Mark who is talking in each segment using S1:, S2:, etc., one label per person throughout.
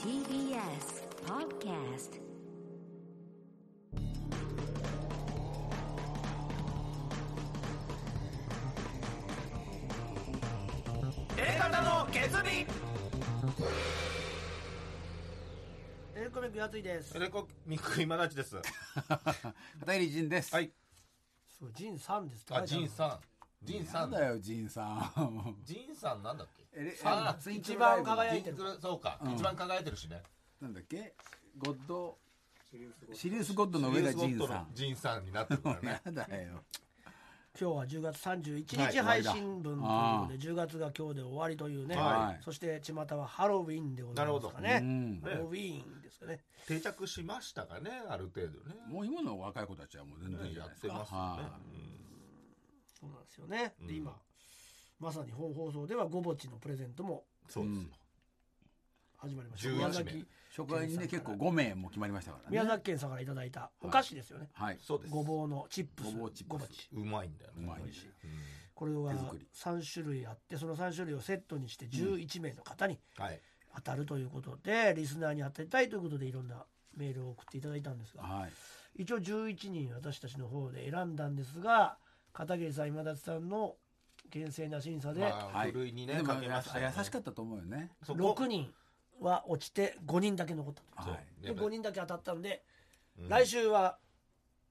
S1: TBS Podcast
S2: 方の決意
S3: エレコミックやついです
S2: エ。レコミック今立ちです。
S4: 片桐仁です。
S2: はい。
S3: そう、ジンさんですって
S5: あ、
S3: 書いてあ
S5: ジ
S3: る
S5: ンさん。ジンさ
S4: なんん。だよ、仁さん。
S5: ジンさんなんだっけ
S4: エレ
S5: あ
S4: ツイート
S3: 一番
S4: ライ
S3: 輝
S5: ジ
S3: いて
S5: ン
S3: る
S5: ク。ル、そうか。一番輝いてるしね。
S4: ブなんだっけゴッド、シリウスゴッドの上が仁さん。
S5: ジンさんになってる からね
S4: や。だよ。
S3: 今日は10月31
S5: は
S3: 日
S5: い
S3: 配信分ということ
S4: あ
S3: で、
S4: ー
S3: 10月が今日で終わりというね。
S4: はい
S3: そして巷はハロウィンでございますかね。ハロウィンですかね。
S5: 定着しましたかね、ある程度ね。
S4: もう今の若い子たちはもう全然じゃ
S5: や
S4: ない
S5: っ
S4: です
S5: て
S4: か。
S5: ますよね
S4: は。
S3: そうなんですよね。で、今、まさに本放送ではゴボチのプレゼントも
S5: そうですよ。
S3: 始まりました。
S5: 11名
S3: 宮崎
S4: い初回にね、結構5名も決まりましたから
S3: 宮
S4: ね。
S3: 崎県さんからいただいたお菓子ですよね。
S4: はい。
S5: そうです。
S3: ごぼうのチップス。
S4: ごぼうチップス
S3: チ
S5: うまいんだよね。
S4: うまいね
S3: これが
S4: 手作り
S3: 3種類あってその3種類をセットにして11名の方に
S5: はい。
S3: 当たるということで、リスナーに当てたいということでいろんなメールを送っていただいたんですが
S4: はい。
S3: 一応11人私たちの方で選んだんですが片桐さん今立さんの厳正な審査で
S5: まあ
S4: はい。
S5: ふるいにね
S4: でも
S5: かけましたね
S4: や優しかったと思うよね。
S5: そこ
S3: 6人は落ちて5人だけ残ったと。
S4: はい。
S3: で
S5: やっぱ
S3: 5人だけ当たったんで、来週は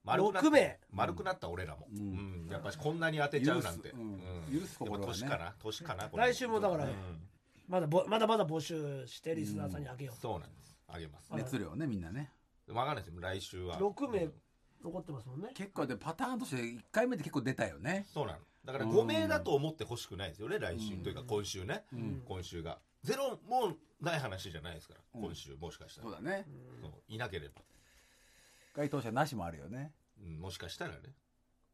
S5: 丸くなった
S3: 6名
S5: 丸くなった俺らも。うん。やっぱしこんなに当てちゃうなんて。
S4: 許すうん
S5: うん
S4: 許す心はね
S5: やっぱ年かな年かなこれ
S3: 来週もだからまだぼまだまだ募集してリスナーさんにあげよう、
S5: そうなんです。あげます。
S4: 熱量ね、みんなね。
S5: わかんないですよ。来週は。
S3: 6名残ってますもんね、
S4: 結構で、パターンとして1回目で結構出たよね。
S5: そうなの。だから5名だと思ってほしくないですよね、来週というか今週ね。今週が。ゼロもうない話じゃないですから、今週もしかしたら。
S4: そうだね。
S5: そういなければ。
S4: 該当者なしもあるよね。
S5: うんもしかしたらね。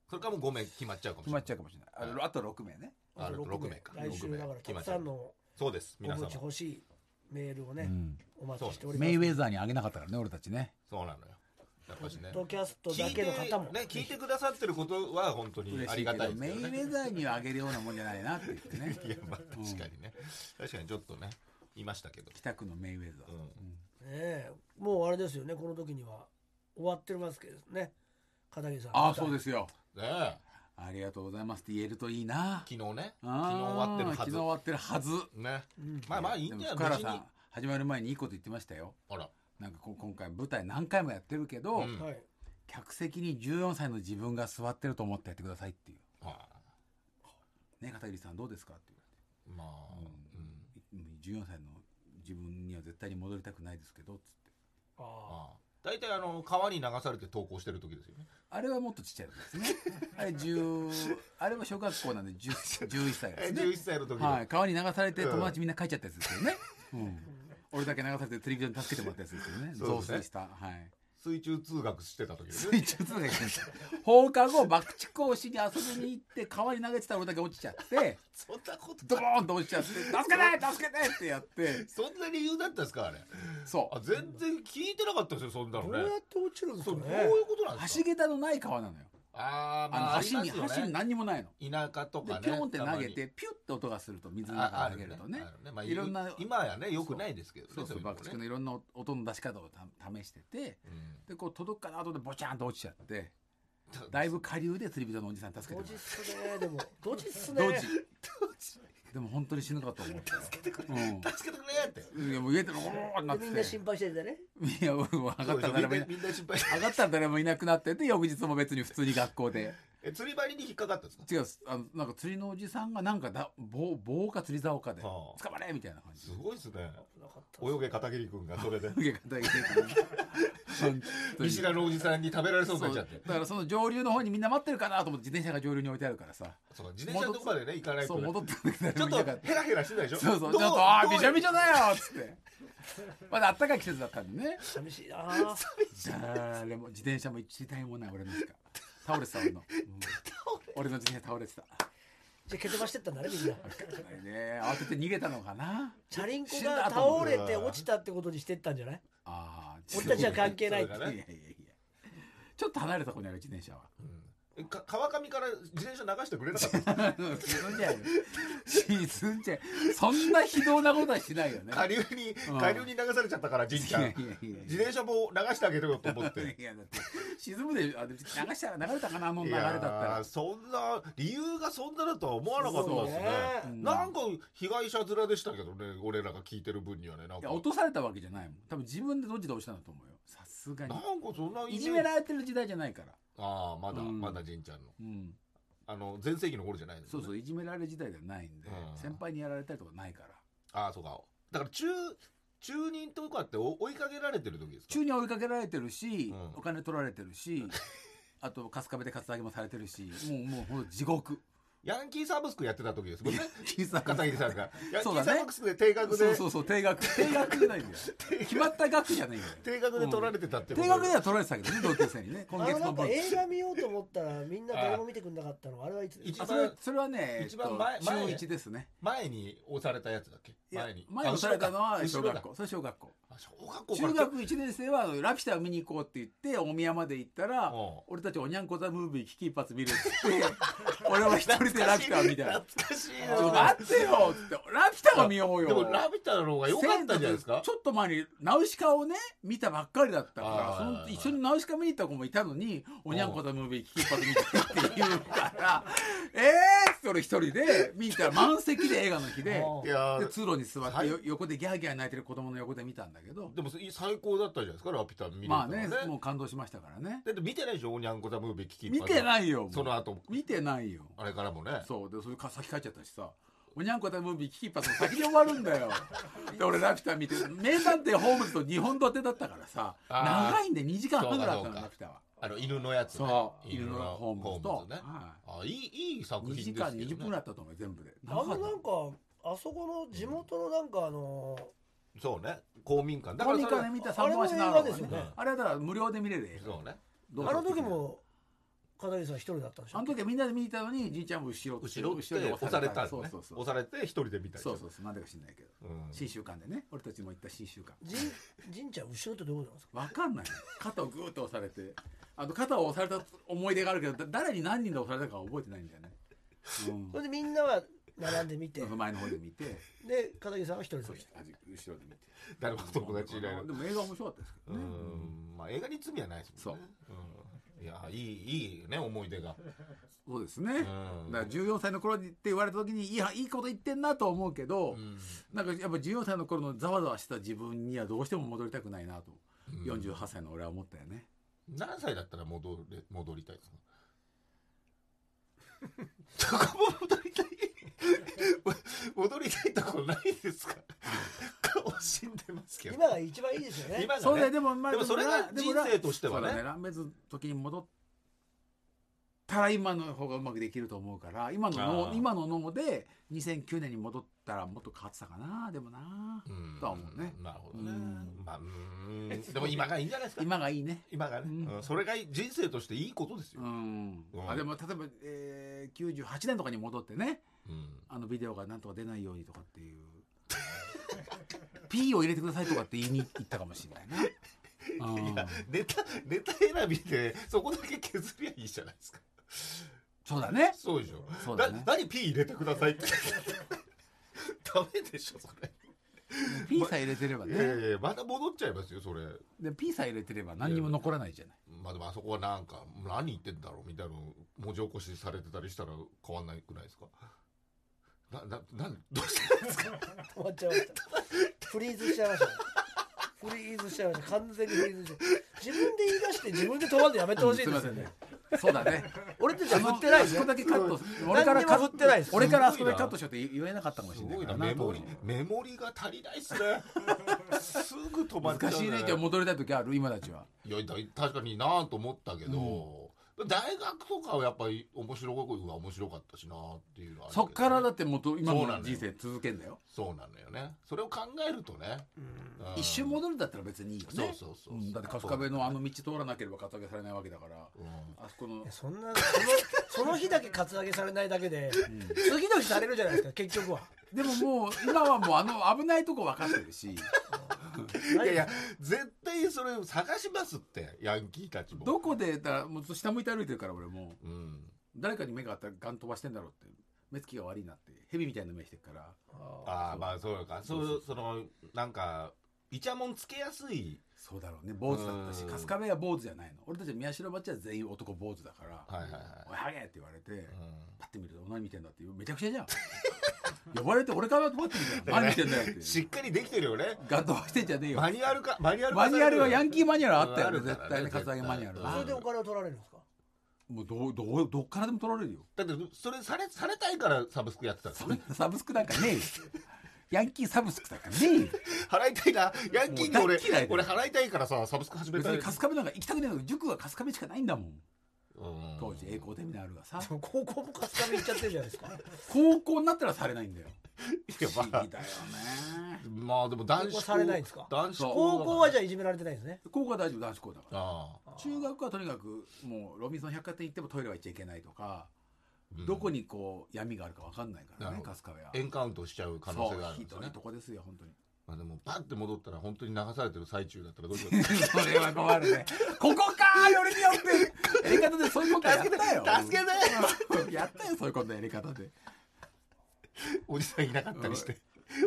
S5: それかもう5名決まっちゃうかもしれ
S4: 決ま
S5: ない。
S4: っちゃうかもしれない。ああと6名ね。
S5: ある
S3: 六
S5: 6名か。
S3: 来週だから
S5: 決
S3: た
S5: ま
S3: く
S5: っちゃ
S3: さん
S5: う。
S3: の
S5: そうです、
S3: お
S5: 皆
S3: 持
S5: 様
S3: ち。欲しいメールをね、お待ちしておりま
S4: メ
S3: す
S4: イウェザーにあげなかったからね、俺たちね。
S5: そうなのよ。やっぱしね。
S3: ポッドキャストだけの方
S5: 聞
S3: も
S5: いてね、聞いてくださってることは本当に
S4: 嬉
S5: あ
S4: し
S5: り
S4: いけ
S5: がた
S4: ど、
S5: いです
S4: メ
S5: よ
S4: イウ
S5: ね。
S4: ェザーにはあげるようなもんじゃないなって言ってね。
S5: いや、まあ確かにね。確かにちょっとね、いましたけど。
S4: 北区のメイウェザー。
S3: ねえもうあれですよねこの時には終わってますけどね片桐さん
S4: ああ、そうですよ。
S5: ねえ
S4: ありがとうございますって言えるといいな。
S5: 昨日ね。昨日
S4: あー
S5: 終わってるはず
S4: 昨日。終わってるはず。
S5: ね、まあまあいい
S4: で
S5: ん
S4: も
S5: だよ
S4: 福
S5: 別
S4: 原
S5: に
S4: さん、始まる前にいいこと言ってましたよ。
S5: あら
S4: なんかこう今回舞台何回もやってるけど、
S3: はい
S4: 客席に14歳の自分が座ってると思ってやってくださいっていう。
S5: あ
S4: ね、片桐さんどうですかって言わ
S5: まあ、うん
S4: れて。うん14歳の自分には絶対に戻りたくないですけど、つって。
S3: あ
S5: ああ大体あの川に流されて投稿してる時ですよね
S4: あれはもっとちっちゃい時ですね。あれ10、あれは小学校なんで10 11歳ですね。
S5: 11歳の時
S4: はい。川に流されて友達みんな帰っちゃったやつですよね。うん。俺だけ流されてテレビジョンに助けてもらったやつですよね。
S5: そうで
S4: 増
S5: すね
S4: 水した。はい。
S5: 水中通学してた時ですね
S4: 水中通学してました放課後、爆竹をしに遊びに行って、川に投げてたら俺だけ落ちちゃって、
S5: そんなこと
S4: ドボーンと落ちちゃって、助けて助けてってやって、
S5: そんな理由だったんですかあれ
S4: そ
S5: あ全然聞いてなかったですよそんなの
S3: あど
S5: ね
S3: うやって落ちるんです
S5: そ
S3: か
S5: うどう
S3: ね
S5: いうことなん
S4: う。
S5: です
S4: 橋
S5: か
S4: 桁のない川なのよ。
S5: ああまあ
S4: あ
S5: あ
S4: の
S5: り
S4: 橋
S5: ま
S4: に、
S5: すよね
S4: 橋に何にもないの。
S5: 田舎と
S4: で、
S5: かね
S4: ピョンって投げ
S5: たまに
S4: て、ピュって音がすると、水の
S5: あ
S4: 中
S5: あ
S4: に投
S5: る
S4: げ
S5: ね
S4: るとね
S5: あるね。まあ、
S4: いろんな、
S5: 今やねよくないですけどね
S4: そうそう、
S5: いのもね
S4: 爆竹のいろんな音の出し方をた試してて、で、こう届くかなと思ってボチャンと落ちちゃって、だいぶ下流で釣り人のおじさん助け
S3: ド
S4: て
S3: ジ
S4: も
S3: っ
S4: らっ
S3: すねでもドジっすね
S4: た。ドジ。でも本当に死ぬかと思って。助けてくれ。
S5: 助けてくれって
S4: うん。いや、もう家でもゴローってなっ
S3: でみんな
S4: てて
S3: 心。配しててね
S4: いや、俺も上がったら
S5: み
S4: 誰
S5: ん
S4: もい
S5: な
S4: な
S5: み
S4: い。
S5: んな心配
S4: 上がったら誰もいなくなってて、翌日も別に普通に学校で。
S5: え釣り針に引っかかったんですか
S4: 違う、あの、なんか釣りのおじさんがなんかだ、棒、棒か釣り竿かで、
S5: はあ
S4: 捕まれみたいな感じ。
S5: すごいですね
S3: なかった
S5: 泳げ片桐君がそ れで
S4: 受け方がいい 本当
S5: 見
S4: に
S5: 知らぬおじさんに食べられそうになっちゃって
S4: だからその上流の方にみんな待ってるかなと思って自転車が上流に置いてあるからさ。
S5: そう自転車のとこまでね行かないと
S4: そう、
S5: ね
S4: 戻ってくるけど
S5: ちょっ
S4: 見なか
S5: と
S4: た
S5: ヘラヘラしてたでしょ
S4: そうそう、ち
S5: ど
S4: ょっと、ああ、
S5: どう
S4: びしょびしょだよっつって。まだあったかい季節だったんでね。
S3: 寂しいなあ
S4: 誰も、自転車も一台もない俺のしか。倒れて た俺の。うん俺の自転車倒れてた。
S3: じゃあ蹴飛ばしてったんだねみんな
S4: ね慌てて逃げたのかな
S3: チャリンコ
S4: 死ん
S3: が
S4: だと思
S3: 倒
S4: う
S3: れて落ちたってことにしてったんじゃない
S4: ああ、
S3: 俺たちは
S4: 違う
S3: 関係ないっ
S5: そ
S3: て
S5: う
S4: いやいやいや。ちょっと離れたとこにある自転車は。
S5: か川上から自転車流してくれなかったんですか
S4: 沈んじゃうよ沈んじゃうそんな非道なことはしないよね
S5: 下流に
S4: うん
S5: 下流に流されちゃったからじいちゃ
S4: いやい
S5: ん
S4: やいや
S5: 自転車も流してあげろよと思って
S4: いやだって沈むであで流したら流れたかなもう
S5: い
S4: 流れたっ
S5: や
S4: たら
S5: ーそんな理由がそんなだとは思わなかったですね
S3: そう
S4: ね
S5: なんか被害者面でしたけどね俺らが聞いてる分にはねなん
S4: い
S5: か
S4: や落とされたわけじゃないもん多分自分でどっちで押したんだと思うよさすがに
S5: なんかそんなイメージ
S4: いじめられてる時代じゃないから
S5: ああまだ、
S4: うん
S5: まだじんちゃんの
S4: うん
S5: あの全盛期の頃じゃないですよ
S4: そう
S5: ね
S4: そういじめられる時代ではないんで
S5: うん
S4: 先輩にやられたりとかないから
S5: ああそうかだから中中人とかってお追いかけられてる時ですか
S4: 中に追いかけられてるし
S5: うん
S4: お金取られてるしあと春日部でカツアゲもされてるしもうもうほんと地獄
S5: ヤンキーサブスクやってた時ですもんね片
S4: そ
S5: 桐さんがヤンキ
S4: そう
S5: ー
S4: だね
S5: サブスクで定額
S4: う
S5: で
S4: そうそう定額定額じゃないんだよ決まった額じゃないんだよ
S5: 定額で取られてたって
S4: 定額では取られてたけどね同級生にね
S3: あ
S4: 今
S3: の
S4: 月
S3: な
S4: の
S3: んか
S4: 分
S3: 映画見ようと思ったらみんな誰も見てくれなかったのあれはいつです
S5: 一
S3: か
S4: あそれ
S5: 番
S4: それはね
S5: 一番前
S4: えっと
S5: 前
S4: 中一ですね
S5: 前に押されたやつだっけ
S4: いや
S5: 前に
S4: 前押されたのは
S5: あ
S4: 小
S5: 後ろ
S4: 学
S5: だ
S4: 校それ小学校
S5: あ小学校から
S4: 中学1年生は「ラピュタ」を見に行こうって言って大宮まで行ったら
S5: うん
S4: 俺たち「おにゃんこザ・ムービー危機一発見る」っつって 俺は一人で「ラピュタ」を見たよ
S5: 懐かしい
S4: ち
S5: な
S4: ょ待ってよ」っつって「ラピュタ」を見ようよ
S5: でも「ラビット!」の方が良かったんじゃないですか
S4: ちょっと前にナウシカをね見たばっかりだったから
S5: あー
S4: その一緒にナウシカ見に行った子もいたのに「おにゃんこザ・ムービー危機一発見た」って言うから 「えー!」っつって俺一人で見たら満席で映画の 日で。
S5: いや
S4: で
S5: ー
S4: 通路に座っ
S5: は
S4: て
S5: い
S4: よ横でギャーギャー泣いてる子供の横で見たんだけど
S5: でも最高だったじゃないですかラピュタ見れた
S4: まあ
S5: のね
S4: ねもう感動しましたからね
S5: だって見てないでしょおにゃんこザムービー聞き
S4: 見て
S5: い
S4: ないよもう
S5: その後
S4: 見てないよ
S5: あれからもね
S4: そうでそれか先帰っちゃったしさおにゃんこたムービー危機一発も先に終わるん だよで俺ラピュタ見て名探偵ホームズと2本立てだったからさ
S5: あー
S4: 長いんで2時間半ぐらいあ
S5: そ
S4: った
S5: う
S4: の
S5: かそうか
S4: ラピュタは
S5: あの犬のやつね
S4: そう犬のホームズ
S5: ホ
S4: と
S5: ームズね
S4: は
S5: あいいいい作
S4: い2
S5: 品
S4: 時
S5: で
S4: 間
S5: すけ
S4: 20分
S5: ど
S4: ぐらい
S5: ね
S4: あったと思うよ全部で
S3: あのなんかあそこの地元のなんかあの
S5: そうね公民館だか
S4: コ
S5: ら
S4: ミ
S5: そ
S4: カ
S5: れ
S4: で見た
S3: あ
S4: 三
S3: れも映
S4: 本足な
S3: 画
S4: の
S3: ですよね
S5: ね
S4: あれはだから無料で見れる映画
S5: そうね
S4: どうぞ
S3: あの時も片桐さん一人だったんでしょ
S4: あの時はみんなで見に行ったのにじいちゃんも後ろ
S5: 後ろって押されたん
S4: そう
S5: ね
S4: そうそう
S5: 押されて一人で見たり
S4: そうそうそうなんでか知んないけど
S5: うん
S4: 新習慣でね俺たちも行った新習慣
S3: じんじんちゃん後ろってどういうことなんですか
S4: わかんないの肩をグーッと押されてあと肩を押された思い出があるけどだ誰に何人で押されたかは覚えてないんだよね
S3: それでみんなは並んで見て
S4: うん前の方で見て
S3: で片桐さんは一人で
S4: そ
S3: 見
S4: してて後ろで見て
S5: 誰も友達いないの
S4: でも映画面白かったですけ
S5: う
S4: どね
S5: んまあ映画に罪はないですもんねうんいやいいいいね思い出が
S4: そうですね
S5: うん
S4: だから14歳の頃にって言われた時にいいはいいこと言ってんなと思うけど、
S5: うん
S4: なんかやっぱ14歳の頃のざわざわしてた自分にはどうしても戻りたくないなと、48歳の俺は思ったよね
S5: 何歳だったら戻れ戻りたいですかそこも戻りたい戻りたいとこないですか顔死んでますけど
S3: 今が一番いいですよね
S5: 今
S4: そう
S5: が
S4: だよ
S5: ね
S4: でもまあ
S5: でもそれが人生としてはね
S4: そうだランベズ時に戻ったら今の方がうまくできると思うから今の
S5: あ
S4: 脳
S5: ー
S4: 今の脳で2009年に戻ったらもっと変わってたかなでもな、
S5: うん
S4: とは思うね
S5: なるほどね
S4: うん
S5: まあうーんでも今がいいんじゃないですか
S4: 今がいいね
S5: 今がね、
S4: うん
S5: うんそれが人生としていいことですよ
S4: う、ん、
S5: うん
S4: あでも例えば、えー、98年とかに戻ってね
S5: うん
S4: あのビデオがなんとか出ないようにとかっ ていう P を入れてくださいとかって言いに行ったかもしれないな、うん
S5: ネタネタ選びでそこだけ削りゃいいじゃないですか
S4: そうだね
S5: そうでしょ
S4: そうだね
S5: 何 P 入れてくださいって ダメでしょそれ
S4: P さえ入れてればね、
S5: いやいやいやまた戻っちゃいますよそれ
S4: で P さえ入れてれば何にも残らないじゃない
S5: まあでもあそこはなんか何言ってんだろうみたいなの文字起こしされてたりしたら変わんないくないですかなななんどうしてですか
S3: 終わっちゃいました。フリーズしちゃいましたね。フリーズしちゃいました。完全にフリーズしちゃいました自分で言い出して自分で止まるのやめてほしいですよ
S4: すいません
S3: ね
S4: ね。そうだね
S3: 俺たち は振ってない
S4: あ
S3: で
S4: そ
S3: す
S4: こ
S3: よ。
S4: だけカット
S3: 俺から
S4: カ
S3: か
S4: ッ
S3: ぶ
S4: ト
S3: ってないです。
S4: 俺からあそこでカットしようって言えなかったかもし
S5: す
S4: れない
S5: ごい
S4: か
S5: な
S4: ら
S5: メ
S4: な
S5: モリメモリが足りないっす ねすぐ止まっちゃ
S4: 難
S5: う、
S4: しいねじゃあ戻りたい時ある今たちはい
S5: やだ確かになぁと思ったけど、大学とかはやっぱり面白いは面白かったしなぁっていうのはあるけど
S4: そ
S5: ね
S4: っからだってもと今
S5: そうなの
S4: の
S5: よ
S4: 人生続けんだよ
S5: そうなのよねそれを考えるとね、うん
S4: 一瞬戻るんだったら別にいいよね
S5: そうそうそうそうん
S4: だって春日部のあの道通らなければ片付けされないわけだから
S5: うん
S4: あそこの
S3: いやそんな、その、その日だけカツアゲされないだけで、次の日されるじゃないですか、結局は。
S4: でももう今はもうあの危ないとこ分かってるし
S5: いやいや絶対それ探しますってヤンキーたちも
S4: どこでだからもう下向いて歩いてるから俺も
S5: うん
S4: 誰かに目があったらガン飛ばしてんだろうって目つきが悪いなってヘビみたいな目してるから
S5: ああまあそうかそうそのなんかイチャモンつけやすい
S4: そうだろうね坊主だったし
S5: うん
S4: 春日部は坊主じゃないの俺たち宮代町は全員男坊主だから「
S5: はいはいはい
S4: おいハゲ!」って言われて、パッて見ると何見てんだってめちゃくちゃじゃん 呼ばれて俺からと思ってみたら何見てんだよっ て
S5: しっかりできてるよね
S4: ガッとしてんじゃねえよ
S5: マニュアルかマニュアル
S4: マニュアルはヤンキーマニュアルあったよ
S5: あ
S4: ね
S5: るからね
S4: 絶対ねカツアゲマニュアル
S5: 絶
S3: そ
S5: 対
S3: れ
S4: は
S3: でお金を取られるんですか
S4: もうどうどうどっからでも取られるよ
S5: だってそれされされたいからサブスクやってたんです
S4: そ
S5: よ
S4: ん
S5: ね
S4: なサブスクなんかね えよヤンキーサブスクなんかねえよ
S5: 払いたいなヤンキーに俺
S4: もう大嫌いだよ
S5: 俺払いたいからさサブスク始め
S4: 別
S5: たい
S4: に春日部なんか行きたくねえの塾は春日部しかないんだもん当時栄光テミナルがさ
S3: でも高校もカスタム行っちゃってるじゃないですか
S4: 高校になったらされないんだ よ
S5: や
S4: 不
S5: まあ
S4: 思議だよね
S5: うんまあでも男
S3: 高
S5: 子
S3: 校されないんですか
S5: 男子
S4: そ う
S3: 高校はじ
S5: ゃ
S3: ゃあいじめられてないんですね
S4: 高校は大丈夫男子校だから
S5: ああ
S4: 中学はとにかくもうロビンソン百貨店行ってもトイレは行っちゃいけないとか、
S5: うん
S4: どこにこう闇があるか分かんないからね
S5: なるほ
S4: 春
S5: ど
S4: 日部は
S5: エンカウントしちゃう可能性があるん
S4: そう
S5: で
S4: ひ
S5: すよ
S4: どい
S5: ね
S4: とこですよ本当に
S5: まあでもパッて戻ったら本当に流されてる最中だったらどうしよう
S4: それは困るねここかよりによ ってやり方でそういうことやったよ
S5: 助けて
S4: て やったよそういうことやり方で
S5: おじさんいなかったりして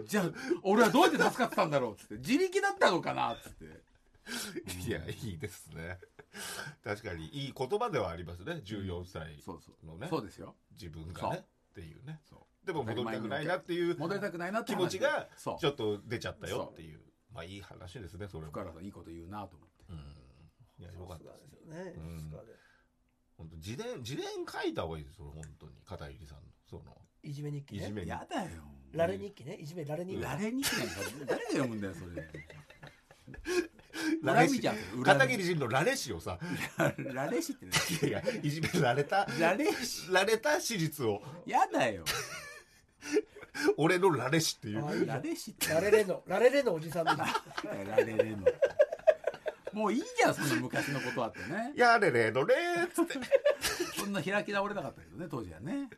S4: じゃあ俺はどうやって助かってたんだろうっつって自力だったのかなっつって
S5: いやいいですね確かにいい言葉ではありますね14歳
S4: そうそう
S5: のね
S4: そうですよ
S5: 自分が
S4: そ
S5: ね
S4: う
S5: っていうね
S4: そ
S5: でも戻りたくないなっていう
S4: う戻りたくないなって
S5: 気
S4: 話
S5: 持ちが
S4: そう
S5: ちょっと出ちゃったよっていうまあいい話ですねそれも
S4: 福原さんいいこと言うなと思って
S5: うんいやよかったですね
S3: そうですよね
S5: うん
S3: さすがで
S5: 本当自伝自伝書いた方がいいですよ本当に片桐さんのその
S3: いじめ日記
S5: いじ
S3: ね
S5: めに
S4: やだよ
S3: ラレ日記ねいじめラレ日記
S4: ラレニキなんか誰が読むんだよそれ
S5: ラレ
S4: 恨み
S5: 氏
S4: じゃん恨み
S5: 片桐仁のラレ氏をさ
S4: ラレシってね
S5: いやいやいじめられた
S4: ラレシ
S5: られた史実を
S4: やだよ
S5: 俺のられしっていう
S3: あいいじゃ
S4: ラ
S3: ん
S4: レシって
S3: ラレレの ラレレのおじさんみたいな
S4: ラレレのもういいじゃんその昔のことはってね
S5: やれれのれーっつって
S4: そんな開き直れなかったけどね当時はね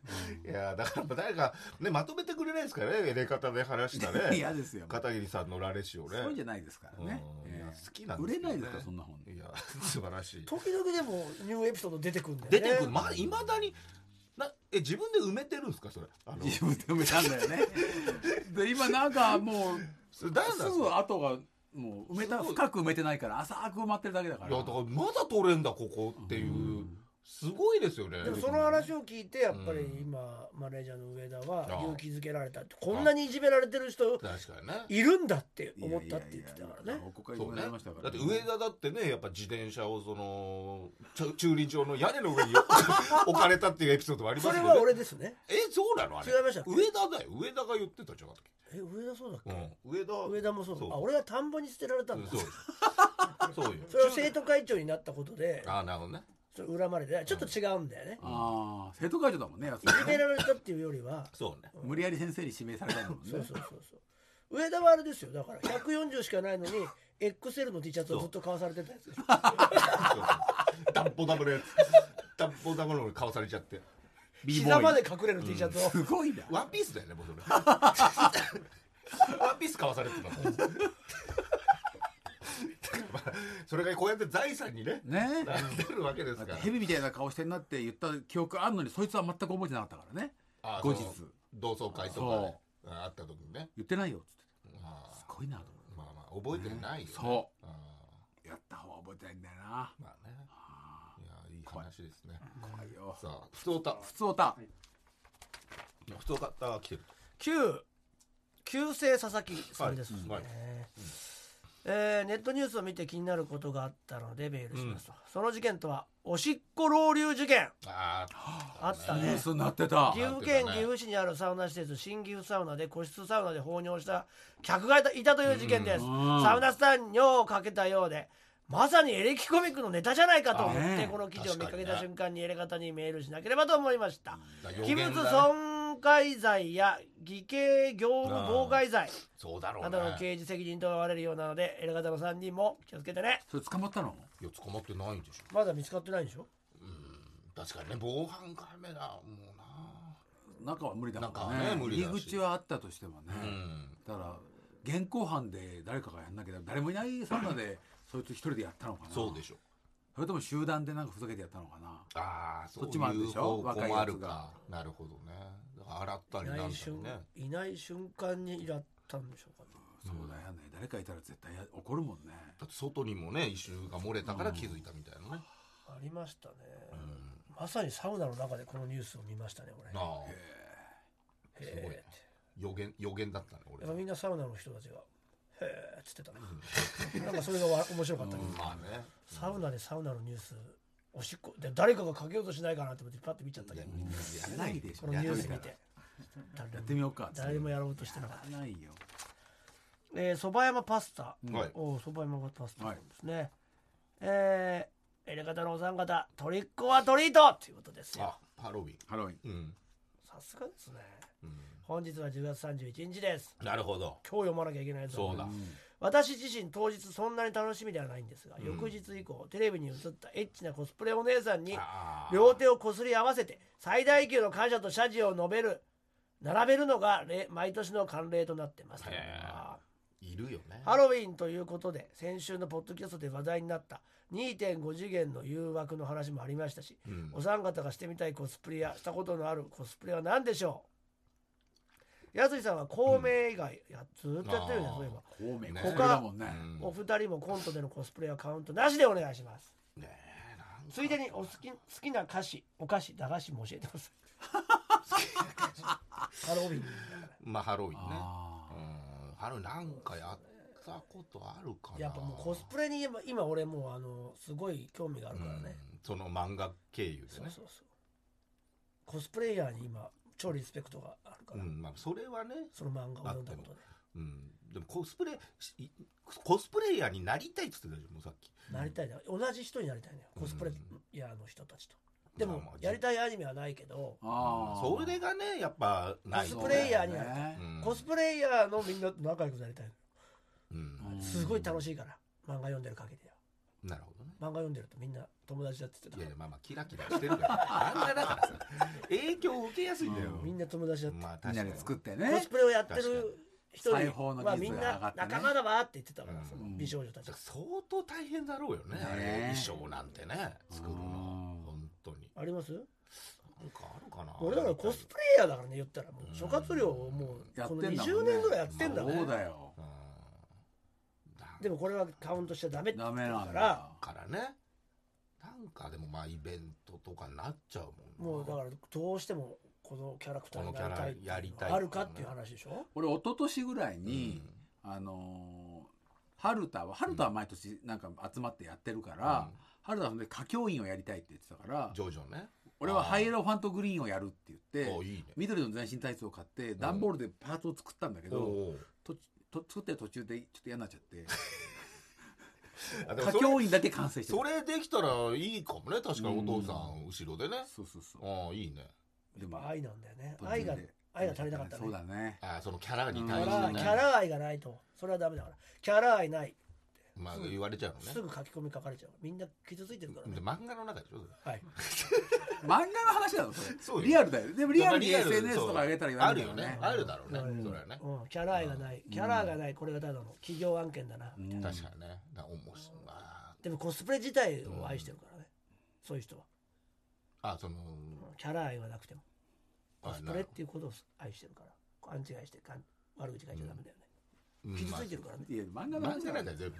S5: いやだから誰かねまとめてくれないですかね入れ方で話したね
S4: 嫌ですよ
S5: 片桐さんのられしをね
S4: そうじゃないですからね
S5: うんいや
S4: ええ
S5: 好きなん
S4: 売
S5: ですけど
S4: れな
S5: ね
S4: いですからそんな本
S5: いや素晴らしい
S3: 時々でもニューエピソード出てくるんだよね
S5: 出てくるまいまだになえ自分で埋めてるんですかそれあの
S4: 自分で埋めたんだよねで今なんかもう
S5: それ誰なんですすか
S4: ぐ後がもう埋めた深く埋めてないから浅く埋まってるだけだか
S5: い
S4: ら
S5: やだからまだ取れんだここっていう、すごいですよね
S3: でもその話を聞いてやっぱり今マネージャーの上田は
S5: ああ
S3: 勇気づけられたってこんなにいじめられてる人
S5: 確かにね
S3: いるんだって思ったって言ってたから
S4: いやいやい
S3: ね
S4: やここから
S5: そう
S4: 言
S5: ね
S4: われましたか
S5: だっ
S4: ら
S5: て
S4: ね
S5: 上田だってねやっぱ自転車をそのちょ駐輪場の屋根の上に置かれたっていうエピソードもあり
S3: そ
S5: ます
S3: れ
S5: よね
S3: は俺ですね
S5: えそうなのあれ
S3: 違いましたっけ
S5: 上田だよ上田が言ってたじゃん
S3: え上田そうだっ
S5: あの
S3: け
S5: 時うん上田
S3: 上田もそうだ
S5: そう
S3: あ俺は田んぼに捨てられた
S5: うんん
S3: だ
S5: そう そうよ
S3: それは生徒会長になったことで
S5: ああなるほどね
S3: それ恨まれてちょっと違うんだよね
S4: ああ生徒会長だもんねやつ
S3: いじめられたっていうよりは
S5: そうね
S4: 無理やり先生に指名されたんだもんね
S3: そうそうそうそう上田はあれですよだから140しかないのに XL の T シャツをずっと買わされてたや つでしょ
S5: ダンボダブルダンボダブルに買わされちゃって
S3: 膝まで隠れる T シャツを
S4: すごいな
S5: ワンピースだよねもうそれワンピース買わされてたもんだからまあそれがこうやって財産にね
S4: ね
S5: なってるわけですから
S4: ヘビみたいな顔してんなって言った記憶あんのにそいつは全く覚えてなかったからね
S5: あ
S4: 後日
S5: その同窓会とかねあった時にね
S4: 言ってないよっつって
S5: まあ
S4: すごいなと思
S5: まあまあ覚えてないよね
S4: そ
S5: あ
S4: ってやった方は覚えてないんだよな
S5: ーまあねいやいい話ですね
S4: 怖いよ
S5: さあ普通歌
S4: 普通おた
S5: 普通歌が来てる
S3: 旧旧姓佐々木さんですね、
S5: はいうん
S3: えーネットニュースを見て気になることがあったのでメールしますと、その事件とはおしっこ漏流事件
S5: あ
S3: あった
S4: ニュー
S3: ね
S4: スになってた
S3: 岐
S5: や
S3: 阜県
S5: なんていうかね
S3: 岐阜市にあるサウナ施設新岐阜サウナで個室サウナで放尿した客がいたいたという事件です、
S4: うん
S3: サウナスターに尿をかけたようでまさにエレキコミックのネタじゃないかと思っ
S4: あ
S3: て
S4: ね
S3: この記事を見かけた
S5: 確かにね
S3: 瞬間にエレ方にメールしなければと思いました
S5: あ
S3: 器物損壊罪や偽計業務妨害罪
S5: そうだろう
S3: な
S5: ね
S3: どの刑事責任と問われるようなのでエレガタの3人も気をつけてね
S4: それ捕まったの
S5: いや捕まってないでしょ
S3: まだ見つかってないんでしょ
S5: 確かにね防犯カメラもう
S4: 中は無理だから
S5: 中はね
S4: ね
S5: 無理だし
S4: 入り口はあったとしてもね
S5: なうん
S4: だから現行犯で誰かがやんなきゃ誰もいないサウナでそいつ一人でやったのかな
S5: そうでしょ
S4: それとも集団でなんかふざけてやったのかな
S5: ああそ
S4: そっちもあるでしょ
S5: ういう方向もあるか
S4: 若
S5: なるほどねだから洗った
S3: い
S5: りなん
S3: な
S5: だ
S3: い
S5: り
S3: 瞬
S5: ね
S3: いない瞬間にイラったんでしょうかね
S4: そうだよね誰かいたら絶対や怒るもんね
S5: だって外にもね異臭が漏れたから気づいたみたいなね、
S3: ありましたね、
S5: うん
S3: まさにサウナの中でこのニュースを見ましたね俺
S5: なあ
S3: へ
S5: すごい
S3: ー
S5: ね予言予言だったね俺
S3: やっぱみんなサウナの人たちが「へえ」っつってたね なんかそれがわ面白かったけど、
S5: まあね
S3: サウナでサウナのニュースおしっこで誰かがかけようとしないかなって思ってパッて見ちゃった
S5: い
S3: け
S5: や
S3: ど
S4: や
S5: や
S4: ら
S5: ら
S4: ない
S5: い
S4: で
S5: で
S4: し
S5: し
S4: ょ
S5: ょ
S3: このニュース見て誰
S4: やっ
S3: も
S4: てみようか
S3: 誰もやろうとしてなかった
S4: やらないよ
S3: えーそば山パスタ
S4: うん
S5: はい
S3: おそば山パスタですね、えーエレガタのお三方トリックオアトリートということですよ
S5: あハロウィン
S4: ハロウィン
S5: うん、
S3: さすがですね
S5: うん、
S3: 本日は10月31日です
S5: なるほど
S3: 今日読まなきゃいけないぞ
S5: そうだ、
S3: 私自身当日そんなに楽しみではないんですが、翌日以降テレビに映ったエッチなコスプレお姉さんに
S5: あー
S3: 両手をこすり合わせて最大級の感謝と謝辞を述べる並べるのが例毎年の慣例となってます
S5: へーいるよね
S3: ハロウィンということで先週のポッドキャストで話題になった2.5次元の誘惑の話もありましたし、
S5: うん
S3: お三方がしてみたいコスプレやしたことのあるコスプレは何でしょうやすいさんは孔明以外、いやずーっとやってるんです
S5: あー
S3: そういえば
S4: 孔明
S5: ね
S4: ここだもんね
S5: うん
S3: お二人もコントでのコスプレはカウントなしでお願いします
S5: ねえなんか
S3: ついでにお好き好きな菓子お菓子駄菓子も教えてくださ いハロウィンだから
S5: まあハロウィンね
S4: あ
S5: う
S4: ー
S5: んハロウィンなんかやったことあるかな
S3: やっぱもうコスプレに今今俺もうあのすごい興味があるからね、
S5: うんその漫画経由で
S3: そう
S5: ね
S3: そうそうコスプレイヤーに今超リスペクトがあるから、
S5: うんまあ、それはね、
S3: その漫画を読んだことで
S5: うん、でもコスプレしいコスプレイヤーになりたいっつってたじゃんもうさっき
S3: なりたいな同じ人になりたいのよコスプレイヤーの人たちと、でも
S5: まあまあ
S3: やりたいアニメはないけど
S4: あー
S5: それがねやっぱない
S3: コ
S5: と
S3: スプレイヤーにな
S4: そう
S3: る
S4: だよね
S5: うん
S3: コスプレイヤーのみんなと仲良くなりたいの
S5: うん
S4: うん
S3: すごい楽しいから漫画読んでる限りでは
S5: なるほどね
S3: 漫画読んでるとみんな友達だって言っ
S5: い
S3: て
S5: やい
S3: た
S5: やまあまあキラキラしてるから漫画だからさ影響を受けやすいんだよ
S4: う、
S3: みんな友達だって、
S5: まあ
S4: みん
S5: 確か
S4: な
S5: に
S4: で作って
S3: コ
S4: ね
S3: スプレをやってる人に
S4: 裁縫の技
S3: まあ、み
S4: 術
S3: ん
S4: が上が
S3: な
S4: ってね
S3: 仲間だわって言ってたから、
S5: うん
S3: その美少女たちが、
S5: 相当大変だろうよね
S4: ね
S5: あれ衣装なんてね作るの
S4: うん
S5: 本当に
S3: あります
S5: なんかあるかな
S3: 俺だからコスプレイヤーだからね言ったらもう諸葛亮をもう
S4: やっ
S3: こ
S4: てん
S3: の
S4: だもんね
S3: 20年ぐらいやってんだね
S4: そうだよ
S5: うんだ
S3: でもこれはカウントしちゃダメって言
S4: ダ
S3: って
S4: メ
S3: た
S4: な
S3: か
S4: ん
S3: ら
S4: だ
S5: からねなんかでもまあイベントとかになっちゃうもん
S3: もうだからどうしてもこのキャラクターになりたいって
S5: こ
S3: いうの
S5: のキャラやりたい
S3: あるかっていう話でしょ
S4: 俺一昨年ぐらいう
S5: ん
S4: に、あのー、春田は春田は毎年なんか集まってやってるから、
S5: うん
S4: 春田はほんで歌教員をやりたいって言ってたから
S5: ジョジョね
S4: 俺はハイエローファントグリーンをやるって言って
S5: おいいね
S4: 緑の全身タイツを買って段ボールでパーツを作ったんだけど、
S5: おう
S4: とと作ってる途中でちょっと嫌になっちゃって
S5: あでもそ
S4: 歌
S5: れ
S4: 教員だけ完成して
S5: そ
S4: る
S5: れできたらいいかもね確かにお父さん後ろでね
S4: そうそうそう
S5: ああいいね
S4: で
S3: まあ愛なんだよね
S4: 途中で
S3: 愛が愛が足りなかったね
S4: そうだね
S5: ああそのキャラに
S3: キ
S5: 対
S3: ャ
S5: して
S3: ラ
S5: ね
S3: キャラ愛がないとそれはダメだからキャラ愛ない
S5: まあ言われちゃうのね
S3: すぐ書き込み書かれちゃうみんな傷ついてるから
S5: で
S3: ね
S5: 漫画の中でしょそれ
S3: はい
S4: 漫画の話なのそれ
S5: そうよ
S4: リアルだよでもリアルに
S5: まあ
S4: SNS
S5: そう
S4: とか上げたら
S5: あ
S4: や
S5: る
S4: るん
S5: よ
S4: だ
S5: ね あるだろうね
S3: うん
S5: それはね
S3: うんキャラ愛がないキャラがないこれがただの企業案件だなみたいな
S5: 確かにねな面白いあ
S3: でもコスプレ自体を愛してるからねそういう人は
S5: あその
S3: キャラ愛はなくてもコ
S5: あ
S3: スプレっていうことを愛してるから勘違いしてかん悪口書いちゃダメだよね、
S5: な
S3: 傷ついて
S5: る
S3: るからね、
S4: いや漫画の
S5: 漫
S4: 話
S5: 画な
S4: だか
S5: ん
S4: ら
S5: だよ全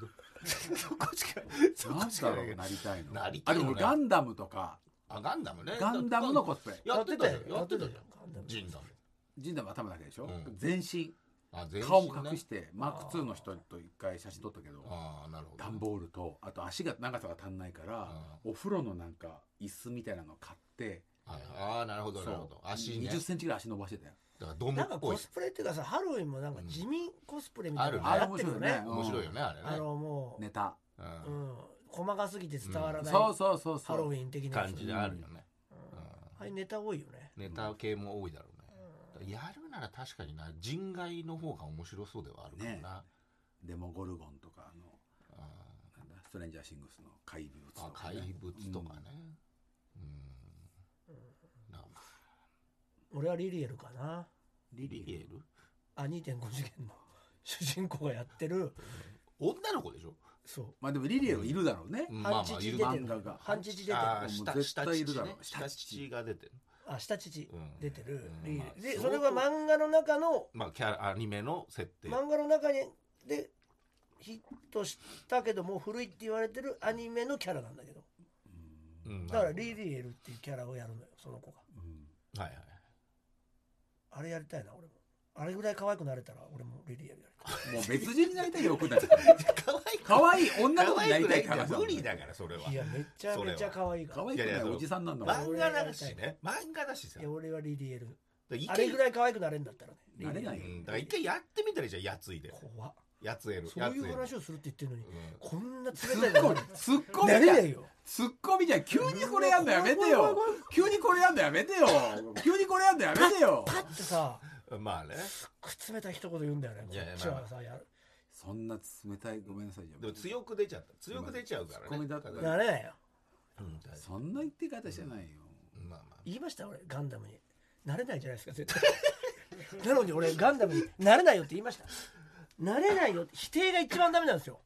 S5: 部そこしか そ
S4: な
S5: こ
S4: ん
S5: し
S4: だ
S5: か
S4: ろうなりたいの
S5: なりた
S4: あ
S5: い
S4: で
S5: よね
S4: もガンダムとか
S5: あガンダムね
S4: ガンダムのコスプレ
S5: やってたよや
S3: や
S5: っ
S3: って
S5: てた
S3: たよ
S5: じゃ
S3: ガンダム
S5: んジンダム
S4: ジンダム頭だけでしょ、
S5: うん
S4: 全身
S5: あ全身ね
S4: 顔も隠してマーク2の人と一回写真撮ったけど
S5: ああなるほど
S4: 段ボールとあと足が長さが足んないから、お風呂のなんか椅子みたいなの買って
S5: はいああなるほどなるほど足ね
S4: 2 0センチぐらい足伸ばしてたよ
S5: だからドーム
S3: なん
S5: っ
S3: か
S5: ぽ
S3: コ
S5: い
S3: スプレっていうかさハロウィンもなんか地味コスプレみたいなの
S5: ある
S3: やってるよね,、
S4: ある
S5: 面白いよねあれね
S3: あのもう、
S4: ネタ
S5: うん
S3: うん、細かすぎて伝わらない、
S4: そうそうそうそ
S3: ハ
S4: う
S3: ロウィン的なやつ
S5: 感じであるよね
S3: はいネタ多いよね
S5: ネタ系も多いだろうねやるなら確かにな人外の方が面白そうではあるかも
S4: ね
S5: な
S4: でもゴルゴンとかあの
S5: あ
S4: なんだストレンジャーシングスの怪物と
S5: ーあ
S4: か
S5: 怪
S4: ね、
S5: 物とかねうんなんか
S3: 俺はリリエルかな
S4: リ
S5: リ
S4: リ
S5: エ
S4: ー
S5: ル
S3: あ2.5次元の主人公がやってる
S5: 女の子でしょ
S3: そ
S4: まあでもリリエはいるだろうね。
S5: うん
S3: う
S5: まあまあい
S3: 父
S5: る
S3: 出
S5: な
S3: て
S4: 漫
S3: る
S4: 画が
S3: 半父出てる
S5: あー
S4: もう
S5: 下
S4: 絶
S5: 下
S4: 対い
S5: 乳
S4: るだろう
S5: ね下乳が出てる
S3: あ下乳
S5: うん
S3: 出てる、
S5: うんまあ
S3: で
S5: 相
S3: そ
S5: 当
S3: れは漫画の中の
S5: まあキャラアニメの設定
S3: 漫画の中にでヒットしたけどもう古いって言われてるアニメのキャラなんだけど
S5: うん
S3: だから
S5: なる
S3: リリエルっていうキャラをやるのよその子が
S4: うん
S5: ほどはいはい
S3: あれやりたいな俺もあれぐらい可愛くなれたら俺もリリエルやりたい
S4: もう別人になりたいよ、僕たち。
S5: 可愛い
S4: 可愛い女の
S5: 可
S4: 子にな
S5: 愛
S4: り
S5: く
S4: た
S5: ないいん
S4: か
S5: だ
S4: ら
S5: よ無理だからそれはい
S3: やめちゃめちゃ可愛いから
S4: 可愛くないおじさんなんだもん。
S5: 漫画だしね漫画だしさ
S3: いや俺はリリエル
S5: だから
S3: あれぐ
S5: い
S3: らい可愛くなれんだったらねリ
S4: なれ
S3: リエ
S4: な
S3: ル
S4: いよ
S5: う。んだから一回やってみたらいいじゃんやついで
S3: 怖っ
S5: やつえる
S3: そういう
S5: やつ
S3: 話をするって言ってるのに
S5: えるうん
S3: こんな冷
S4: ツ
S3: たい
S4: ッコ
S3: の
S4: ミ、ツッコミ
S3: なれ
S4: じゃ
S3: なんいよ
S4: ツッコミじゃん急にこれやんのやめてよ急にこれやんのやめてよ急にこれやんのやめてよ
S3: だってさ
S5: まあね
S3: 冷たい一言言うんだよね
S5: いやいや
S3: こっちはさやる
S4: そんな冷たいごめんなさいじゃ
S5: でも強く出ちゃった強く出ちゃうからね
S4: ツッコミだったら
S3: なれないよ
S5: うん大丈
S4: そんな言って方じゃないよ
S5: 夫まあまあ
S3: 言いました俺ガンダムになれないじゃないですか絶対 なのに俺ガンダムになれないよって言いましたなれないよって否定が一番ダメなんですよ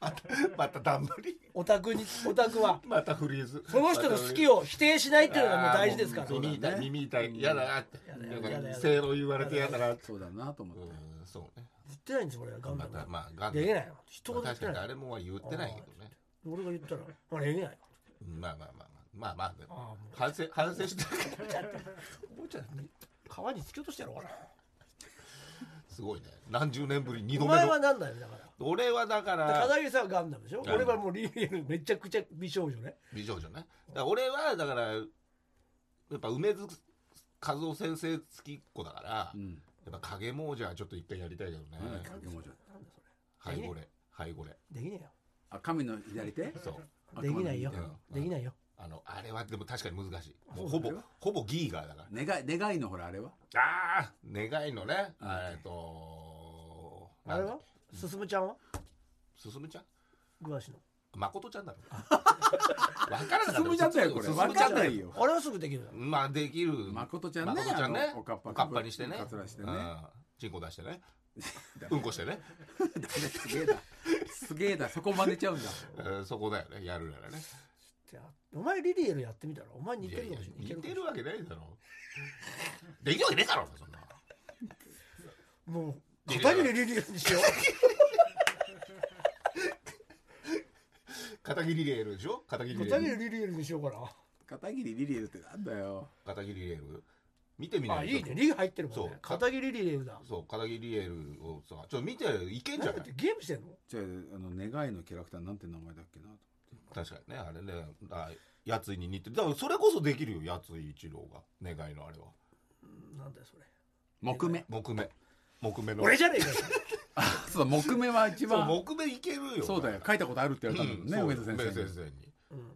S5: またまた段取り
S3: オタクにオタクは
S5: またフリーズ
S3: その人の好き
S5: を
S3: を否定しないっていうのがもう大事ですから
S4: あーもう
S5: 耳痛い耳痛い嫌だなって
S3: やだ
S5: だか
S3: やだや
S5: ら
S3: だ
S5: 正論言われて嫌だなって
S4: そうだなと思っ
S5: う
S4: て
S5: んそうね
S3: 言ってないんですよ俺はガン
S5: ま
S3: ダム
S5: た
S3: は
S5: まあガン
S3: できないよ一言
S5: まあ
S3: も言っ
S5: 確か
S3: てない
S5: に誰もは言ってないけどね
S3: 俺が言ったら「あれ言えないよ
S5: うんまあまあまあまあまあまあで」も
S3: ああもう
S5: 反省反省してる
S3: ちゃってもうちゃって川に突き落としてやろうかな
S5: すごいね何十年ぶり二
S3: お
S5: 度目
S3: 前は
S5: の
S3: なんだよだから
S5: 俺はだか
S3: だから
S5: ら
S3: 片桐さんはガンダムでしょ
S5: ガンダム
S3: 俺はもうリリエルめちゃくちゃ美少女ね
S5: 美少女ねだから俺はだからやっぱ梅津和夫先生好きっ子だから、
S4: うん
S5: やっぱ影もじゃちょっと一回やりたいけどね、
S4: うん
S3: なんだ
S4: で
S3: そ
S4: も
S3: れ
S4: ちょっと
S3: なんだそ
S5: ハイゴレハイゴレ
S3: れできねえよ
S4: あ神の左手
S5: そう
S3: できないよ
S5: 頭の右手
S3: できないよ
S5: あのあれはでも確かに難しいもうほ
S4: そうだ
S5: ぼ
S4: よ
S5: ほぼギーガーだから
S4: 願い願いのほらあれは
S5: ああ願いのね
S4: うん
S5: えっと
S3: あれはすすむちゃんは
S5: すすむちゃん
S3: グワシの
S5: 誠ちゃんだろ 分からなかった
S4: 進むちゃんだよこれ
S5: 進むちゃ
S4: 分
S5: ん
S4: か
S5: だ
S4: んないよ
S3: あれはすぐできるだろ
S5: まあできる
S4: 誠ちゃんね
S5: 誠ちゃんね
S4: あのおかっぱ
S5: にしてね
S4: かつら してね
S5: うんチンコ出してねうんこしてね
S4: ダメすげえだすげえだそこ真似ちゃうんだ
S5: えーそこだよねやるならね
S3: ってあお前リリエルやってみたらお前似
S5: い
S3: て
S5: や
S3: る
S5: い
S3: か
S5: や
S3: もしれない
S5: 似
S3: いけるか
S5: て
S3: も
S5: るわけ
S3: し
S5: ないだろできるわけねえだろそんな
S3: れないもう
S5: リリエル
S3: 片桐リリエルにしよ
S5: 片桐レールでしょ片
S3: う
S5: 桐レ
S3: 片
S5: ー
S3: 桐
S5: ル
S3: リリエルにしようかな
S4: 片桐リリエルってなんだよ
S5: 片桐レール見てみ
S3: あ
S5: ない
S3: いね
S5: ちょっ
S3: リー入ってるも
S5: そ
S3: ん
S5: う
S3: ね片桐リリエルだ
S5: とそう片桐レールをさちょっと見ていけんじ
S3: な
S5: ゃ
S3: ん
S5: な
S3: だ
S5: い
S3: ってゲームしてんの
S4: じゃああの願いのキャラクターなんて名前だっけなと
S5: 確かにねあれねあやついに似てるだからそれこそできるよやつい一郎が願いのあれは
S3: うんなんだよそれ
S4: 木目
S5: 木目木目の
S3: 俺じゃねえか よ
S4: そうだ木目は一
S5: そう
S4: 番
S5: 木目いけるよ
S4: そうだよ書いたことあるって言われたんだも
S5: う
S4: んね、
S5: んそう
S4: 梅
S5: 梅
S4: 田
S5: 津
S4: 先
S5: 先
S4: 生
S5: 生
S4: に
S5: に
S3: うん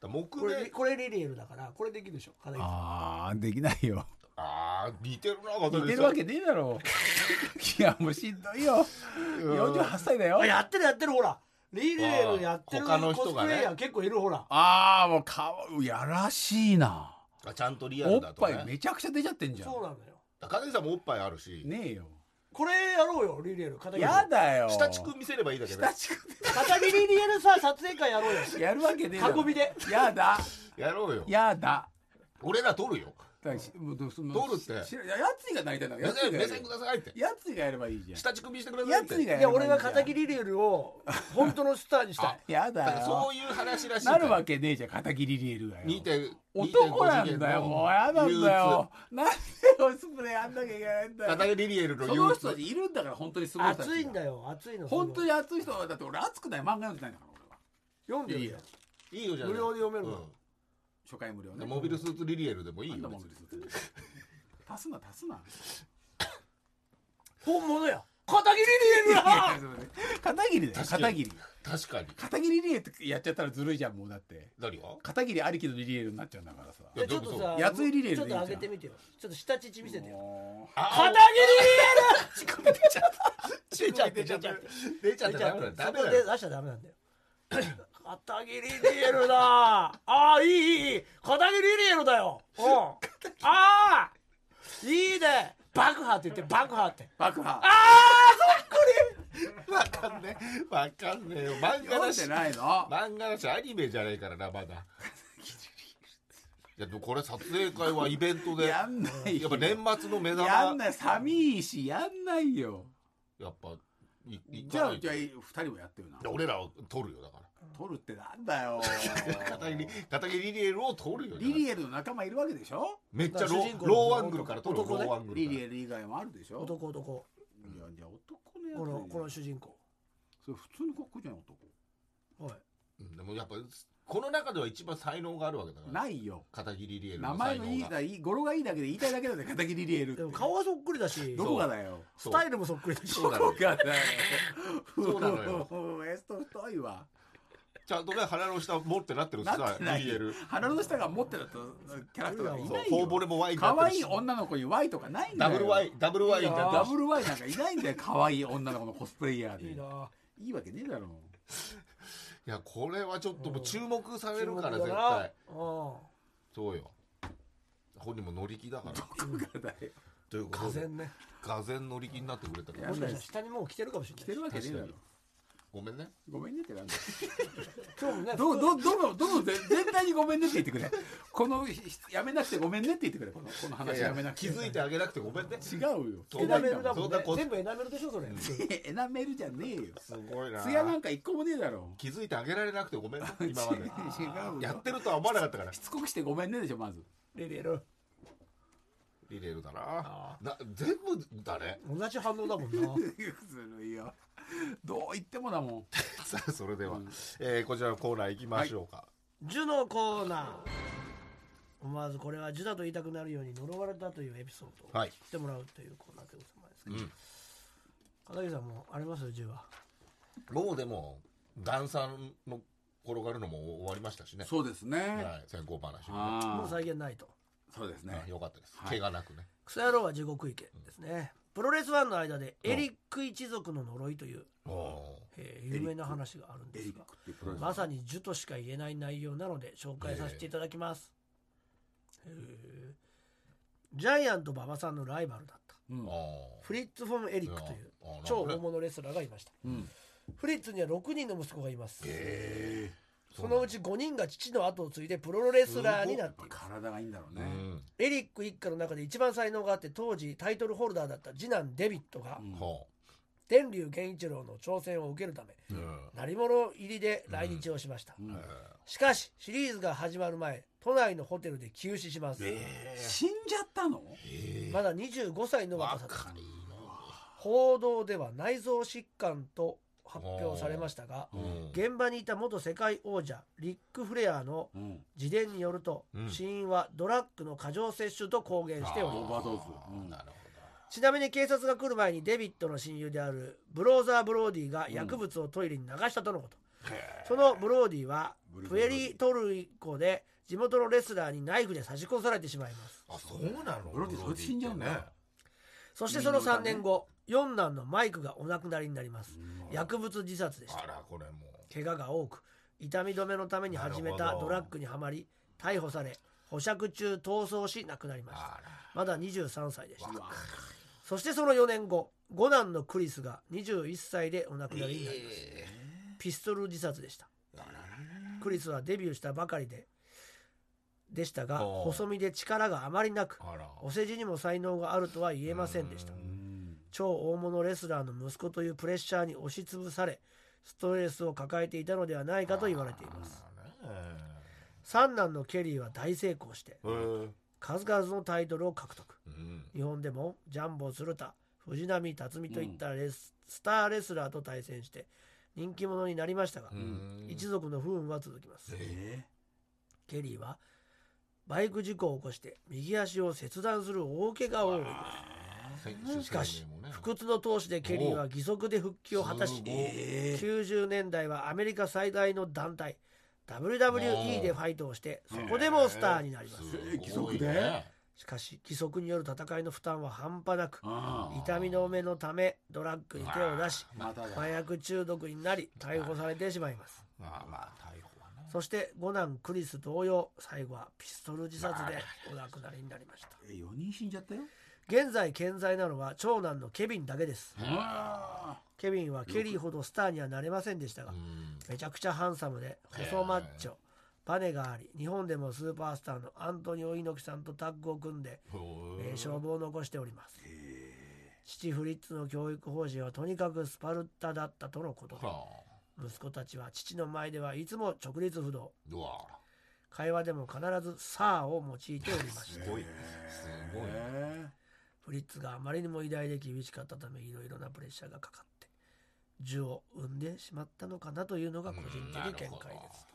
S5: だから木
S3: こ
S5: 目
S3: れこれリリエルだからこれできるでしょ片桐さ
S4: ああできないよ
S5: ああ似てるな片桐さん
S4: 似てるわけねえだろ ういやもうしんどいよ48歳だよ
S3: んあやってるやってるほらリリエルやってる
S5: あー他の人
S3: コスプレイヤー結構いるほら
S4: ああもう顔やらしいな
S5: あちゃんとリア
S4: お
S5: ル
S4: っ
S5: だと
S4: ぱ
S5: ね
S4: いめちゃくちゃ出ちゃってんじゃん
S3: そうなのよ
S5: 片桐さんもおっぱいあるし、
S4: ねえよ
S3: これやろうよリリエル片桐
S4: やだよ
S5: 下乳くん見せればいいだけで
S4: 下地区
S3: 片桐リリエルさ撮影会 やろうよ
S4: でやるわけねえだろ
S3: 囲みで
S4: やだ
S5: やろうよ
S4: やだ
S5: 俺ら撮るよ
S4: だからしもうどうす
S5: 撮るって
S4: しややついがなりたいんだか
S5: 目
S4: らやつい
S5: 線
S4: が
S5: 目
S4: やれ
S5: 線く
S4: ば
S5: ださいって
S4: やついがやればいいじゃん
S5: 下乳首してください
S4: や
S5: っ
S4: つ
S5: て
S4: がやればい
S3: い
S4: いじ
S3: や
S4: ゃん
S3: 俺は片桐リリエルを本当のスターにしたい
S4: や
S5: だか
S4: だ
S5: ら
S4: よ
S5: そういう話らしいか
S4: な
S5: ら
S4: るわけねえじゃん片桐リリエルがよ
S5: 2点
S4: 男なんだよもうやなんだよなんでコスプレやんなきゃいけないんだよ
S5: 片桐リリエルの
S4: そ
S5: 憂
S4: の人
S5: 鬱
S4: たちいるんだから本当にすごい人たちが
S3: 熱いんだよ熱いの
S4: 本当
S3: に
S4: に熱い人はだって俺熱くない漫画読んでないんだから俺は
S3: 読んで
S5: いい
S3: る
S5: よ
S3: よ
S5: いいよじゃあ
S3: 無料で読めるの
S4: 初回無料
S5: う
S4: ね
S5: んモビルスーツリリエルでもいい
S4: なんだ
S5: よ
S4: モビルスーツ足すな足すな
S3: 本物や片桐リリエルだ
S4: 片桐だよ
S5: 確か
S4: 片
S5: に
S4: 桐
S5: 確かに
S4: 片桐リリエってやっちゃったらずるいじゃんもうだって
S5: 何が
S4: 片桐ありきのリリエルになっちゃうんだからさ
S5: いや
S3: ちょっとさ
S4: やついリリエル
S3: ち
S4: で
S3: ょ
S4: い
S3: っと
S4: いじゃん
S3: 上げてみてよちょっと下乳見せてよ
S4: も
S5: あ
S3: 片
S5: あ
S3: 桐リリエル
S5: 出ちゃって
S3: 出ちゃって
S5: 出ちゃっ
S3: 出
S5: て
S3: ちゃ
S5: ダメ
S3: う
S5: だよ
S3: そ
S5: ダメ
S3: こ
S5: だ
S3: で
S5: よ
S3: 出しちゃダメなんだよ片桐リリエルだああいいいいいい片桐リリエルだようんああいいね爆破って言って爆破って
S4: 爆破
S5: わかんねえ。わかんねえよ。漫画
S4: 読
S5: だ
S4: ん
S5: し
S4: で。ないの
S5: 漫画だし、アニメじゃないからな、まだ。いや、でもこれ撮影会はイベントで。
S4: や
S5: や
S4: んない
S5: っぱ年末の目玉。
S4: やんない寒いしやんないよ
S5: やっぱ、いい
S4: じゃあ
S5: い
S4: じ
S5: か
S4: ゃあ
S5: ない
S4: 二人もやってるな
S5: と俺らを撮るよ、だから。
S4: 取るってなんだ よ
S5: 片桐、片桐リリエルを撮るよ。
S4: リリエルの仲間いるわけでしょ
S5: めっちゃロ
S3: 主
S5: ー
S3: 人公の
S5: ローアングルから撮るよ、ロ
S3: 男ね
S5: ーアングル
S4: リ
S5: から
S4: リエル以外もあるでしょ
S3: 男男
S4: いやいや男のやつ
S3: このこの
S4: そ
S3: 主人公
S4: れ普通の格好じゃない男
S3: はい
S5: うんでもやっぱ、この中では一番才能があるわけだから。
S4: ないよ
S5: 片桐リリエル
S4: 名
S5: の才
S4: 前のいい
S5: 能が。
S4: だいい語呂がいいだけで言いたいだけだね片桐リエルって
S3: でも顔がそっくりだし
S4: どこがだよ
S5: そ
S3: ス
S5: う
S3: タイルもそっくりだし
S5: そうなのよ
S4: がだよ
S5: そうなのよ
S4: ウ エスト太いわ
S5: ちゃんとね、腹の下持ってなってるし
S4: な
S5: さ
S4: っ、てない
S5: リリエル。
S4: 腹の下が持ってたとキャラクターがい
S5: そう
S4: ない
S5: 頬
S4: よ
S5: 骨も Y になっ
S4: 可
S5: てる
S4: 愛
S5: し
S4: い女の子に Y とかないんだ
S5: ダ
S4: よ
S5: ブル Y、ダブル Y になって
S4: ダ
S5: るし
S4: ブル Y なんかいないんだよ可愛い女の子のコスプレイヤーで
S3: いいない
S4: いわけねえだろ
S5: いや、これはちょっともう注目されるから、
S3: 注
S5: 絶
S3: 目だな
S5: 対。
S3: うん
S5: そうよ。本人も乗り気だから。
S4: どこがだよ
S5: ということ
S3: 風
S5: で
S3: 邪、ね
S5: がぜん乗り気になってくれたから
S3: もしかしたら下にもう来てるかもしれ
S4: 着
S3: な
S4: て
S3: い
S4: るわけねえだろ
S5: 確かごめんね。
S4: ごめんねってなんだよ
S3: 今日もね
S4: どうどうどのどの全全体にごめんねって言ってくれこのひやめなくてごめんねって言ってくれこのこ
S5: いや
S4: の話
S5: い
S4: や
S5: や
S4: めなくて
S5: 気づいてあげなくてごめんね。
S4: 違うよ
S5: そう
S3: エナメルだ
S5: そ
S3: もん
S5: んな
S3: ね
S5: こ
S3: 全部エナメルでしょそれ
S4: エナメルじゃねえよ
S5: すごいな
S4: ツヤなんか一個もねえだろ
S5: 気づいてあげられなくてごめんね、 今まで。
S4: 違う
S5: や
S4: よ
S5: ってるとは思わなかったから
S4: し。つこくしてごめんねでしょまず
S3: レベル
S5: リレールだな。な全部だね。
S3: 同じ反応だもんな
S4: するいよどう言ってもだもん
S5: さあ、それでは、えーこちらのコーナー行きましょうか。
S3: ジュのコーナー思わずこれはジュだと言いたくなるように呪われたというエピソードを
S5: はい
S3: 言ってもらうというコーナーでございますけ
S5: う
S3: ど、
S5: ん
S3: 片桐さんもありますジュは
S5: もうでも、ダンサーの転がるのも終わりましたしね。
S4: そうですね、
S5: はい、先行話もね。
S4: あ
S3: もう
S4: あ
S3: 再現ないと
S4: そうですね
S5: あよかったです。
S4: はい
S5: 怪我なくね。
S3: クソ野郎は地獄行けですねプロレスファンの間でエリック一族の呪いという、
S5: お
S3: えー有名な話があるん
S4: エ
S3: で
S4: リ
S3: す
S4: ック
S3: が
S4: っていうプロレス
S3: まさに呪としか言えない内容なので紹介させていただきます、へえジャイアント馬場さんのライバルだった
S4: うん
S5: ーお
S3: フリッツ・フォン・エリックという
S5: うんあなるほどね
S3: 超大物レスラーがいました
S4: うん
S3: フリッツには6人の息子がいます、
S5: え
S3: そのうち5人が父の後を継いでプロレスラーにな
S4: や
S3: っ
S4: ってぱ
S3: いる
S4: 体がいいんだろう
S5: ーう
S4: ね、
S5: ん。
S3: エリック一家の中で一番才能があって当時タイトルホルダーだった次男デビットが
S4: うん
S5: ほ
S3: 天竜源一郎の挑戦を受けるため
S5: う。うん。
S3: 鳴り物入りで来日をしました、
S4: うん
S3: しかしシリーズが始まる前都内のホテルで急死します、
S4: 死んじゃったの
S3: まだ25歳の若さです
S5: 若い
S3: 報道では内臓疾患と発表されましたが
S5: な。うん。
S3: 現場にいた元世界王者リック・フレアの
S4: うん
S3: 自伝によると、
S5: うん
S3: 死因はドラッグの過剰摂取と公言してお
S5: あ
S3: り
S4: オ
S3: ま
S4: ー
S3: す
S4: バードーズうん
S5: なる
S3: ちなみに警察が来る前にデビットの親友であるブローザー・ブローディが薬物をトイレに流したとのこと、そのブローディは
S4: ブルー
S3: プエリトリコで地元のレスラーにナイフで刺し殺されてしまいます
S5: ほど。あ、そうなの
S4: ブロディそいつ死んじゃうんだよ
S3: そしてその3年後四男のマイクがお亡くなりになります薬物自殺でした
S5: あら、これも
S3: 怪我が多く痛み止めのために始め
S5: な
S3: た
S5: るほど
S3: ドラッグにはまり逮捕され保釈中逃走し亡くなりました
S5: あ
S3: まだ23歳でした
S4: うわ
S3: そしてその4年後五男のクリスが21歳でお亡く
S5: う
S3: なりになります、ピストル自殺でしたクリスはデビューしたばかりででしたが
S5: おー
S3: 細身で力があまりなく
S5: あら。
S3: お世辞にも才能があるとは言えませんでした
S4: うん
S3: 超大物レスラーの息子というプレッシャーに押しつぶされストレスを抱えていたのではないかと言われています三男のケリーは大成功して
S5: えー
S3: 数々のタイトルを獲得
S5: うん。
S3: 日本でもジャンボ鶴田藤波辰巳といったレス,、スターレスラーと対戦して人気者になりましたが、
S5: うん
S3: 一族の不運は続きます、
S4: え
S3: ケリーはバイク事故を起こして右足を切断する大怪我を負いますしかし不屈の闘志でケリーは義足で復帰を果たし
S5: おー
S4: え
S3: 90年代はアメリカ最大の団体 WWE でファイトをしてそこでもスターになります
S4: 義足で
S3: しかし義足による戦いの負担は半端なく
S4: ああ
S3: 痛みのめのためドラッグに手を出し
S4: まただ
S3: 麻薬中毒になり逮捕されてしまいます
S5: まあまあ、逮捕はね。
S3: そして五男クリス同様最後はピストル自殺でお亡くなりになりました
S4: え四人死んじゃったよ
S3: 現在健在なのは長男のケビンだけですケビンはケリーほどスターにはなれませんでしたが
S5: うん
S3: めちゃくちゃハンサムで細マッチョバネがあり日本でもスーパースターのアントニオ猪木さんとタッグを組んで
S5: ほ
S3: 名
S5: ー
S3: 勝負を残しております父フリッツの教育方針はとにかくスパルタだったとのことで
S5: はあ
S3: 息子たちは父の前ではいつも直立不動
S5: うわ
S3: 会話でも必ず「さあ」を用いておりまし
S5: す
S3: た
S5: ごいすごい
S4: え
S3: フリッツがあまりにも偉大で厳しかったためいろいろなプレッシャーがかかって銃を生んでしまったのかなというのが個人的見解
S5: うんなる
S3: で
S5: ほ
S3: す。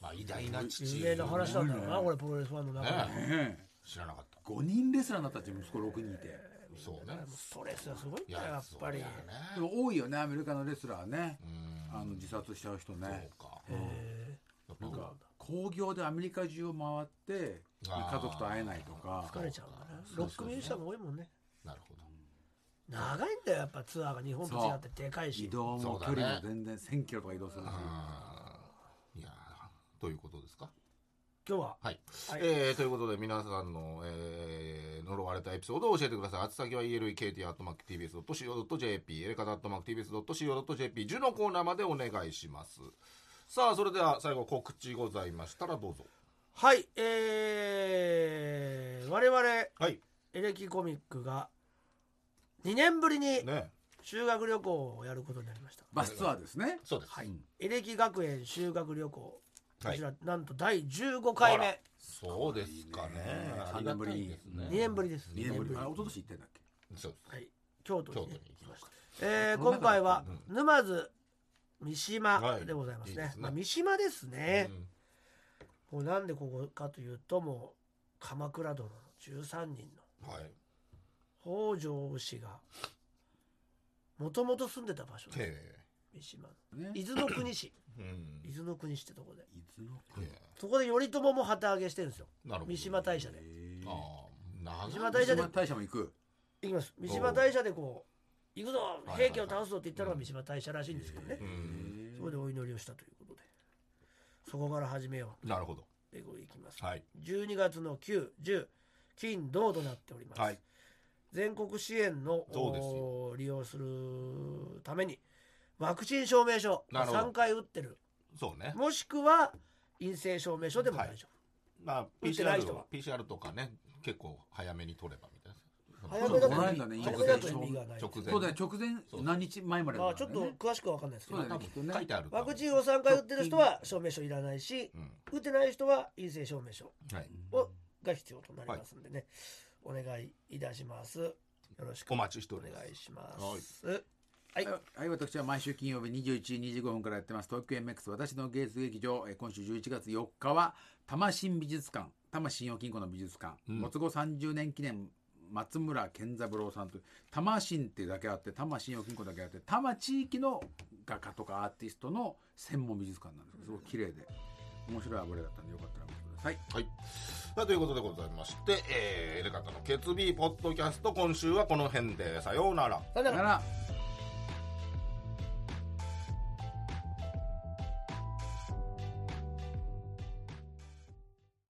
S5: まあ偉大な父
S3: 有名な話なんだろうな、これプロレスファンの中で。
S5: ね
S4: え
S5: 知らなかった
S4: 5人レスラーになったって息子6人いて
S5: そうね
S3: ストレスがすごいん
S5: い
S3: だよ、やっぱり。
S5: そうだ
S4: で
S5: よね
S4: も多いよねアメリカのレスラーね
S5: うん
S4: あの自殺しちゃう人ね
S5: そうか
S3: へ
S5: やっ
S4: なん
S5: ぱ
S4: か興行でアメリカ中を回って
S5: あー
S4: 家族と会えないとか
S3: ー疲れちゃうんだね。
S5: そう
S3: ロ
S5: そう
S3: ックミュージシャンも多いもんね。
S5: なるほど
S3: 長いんだよ、やっぱツアーが日本と違ってでかい
S4: 移
S3: し。
S4: 動も距
S5: そう
S4: 離
S5: だ
S4: も
S5: ね
S4: 全然1000キロとか移動するし
S5: うんいやーということですか
S3: 今日は、
S5: はい、
S3: はい
S5: えーということで皆さんの、えー呪われたエピソードを教えてくださいあつ先は elekt.tbs.co.jp エレカタ .tbs.co.jp 10のコーナーまでお願いしますさあそれでは最後告知ございましたらどうぞ
S3: はい、えー、我々、エ
S5: はい
S3: レキコミックが2年ぶりに
S5: ね
S3: 修学旅行をやることになりました。
S4: バスツアーですね
S5: そうです、
S4: はい
S3: エレキ学園修学旅行、こ
S5: はい
S3: ちら、なんと第15回
S5: あ
S3: 目
S5: ら、そうですかね
S4: 三年ぶりに
S5: あがたい
S3: 2年ぶりです。
S4: 2年ぶりあ一昨年行ってんだっけ
S5: そうです
S3: はい、京都
S5: 京
S3: に
S5: 都
S3: ね
S5: に行きました
S3: えー今回は
S5: う
S3: 沼津三島でございますね,、
S5: はいいいですね
S3: まあ、三島ですね
S5: う、ん
S3: もうなんでここかというともう鎌倉殿の13人の
S5: はい
S3: 北条氏がもともと住んでた場所です
S5: え
S3: 三島の
S4: ね
S3: 伊豆の国市
S5: えうん
S3: 伊豆の国市ってとこで
S4: 伊豆の
S5: え
S4: 国
S3: そこで頼朝も旗揚げしてるんですよ
S5: えなるほど
S3: 三島大社で
S5: ああ長い
S3: 三島
S4: 大
S3: 大
S4: 社
S3: 社で
S4: 大社も行く
S3: 行きます三島大社でこう行くぞ
S5: はい
S3: 平家を倒すぞって言ったのが三島大社らしいんですけどね、
S5: うん
S3: そこでお祈りをしたということでそこから始めよ
S5: なるほど
S3: うでこう行きます
S5: はい
S3: 12月の9、10、金、銅となっております。
S5: はい
S3: 全国支援の
S5: そうですよ
S3: お利用するために、ワクチン証明書、
S5: なるほど
S3: 3回打ってる、
S5: そうね
S3: もしくは陰性証明書でも大丈
S5: まあ、
S3: 打ってない
S5: PCR,
S3: 人は
S5: PCR とかね結構早めに取ればみたい
S3: 夫。
S5: な
S3: 早めだと意
S4: そうだね
S3: 味早めだと意
S4: 直前
S3: 味がない。
S5: 直前
S4: そうだね直前
S5: そう
S4: 何日前まで
S3: ま
S4: だ
S3: あ、
S4: た
S3: ちょ
S4: か
S3: っ
S4: ら
S3: と
S4: ね
S3: 詳しくは分かんないですけ
S4: そ
S3: ど、
S4: うだ
S5: 多
S4: ねきっと
S5: 分
S4: ね
S5: 書いてあると
S3: ワ
S5: 思う
S3: クチンを3回打ってる人は証明書いらないし、
S5: う
S3: 打ってない人は陰性証明書
S5: んはい、
S3: をが必要となりますんでね、お願いいたします。よろしく
S5: お待ちしてお
S3: お
S5: り
S3: 願
S5: ます
S3: いします。はい
S4: はい、私は毎週金曜日21時25分からやってます東京 MX 私の芸術劇場えー今週11月4日は多摩新美術館多摩信用金庫の美術館、
S5: うん
S4: 没後30年記念松村健三郎さんという多摩新っていうだけあって多摩信用金庫だけあって多摩地域の画家とかアーティストの専門美術館なんですけどすごく綺麗で面白い油だったんでよかったらご覧ください
S5: はいさあということでございまして、えー、エレカタの決意ポッドキャスト今週はこの辺でさようなら
S3: さよな
S4: さよ
S3: ら
S4: なら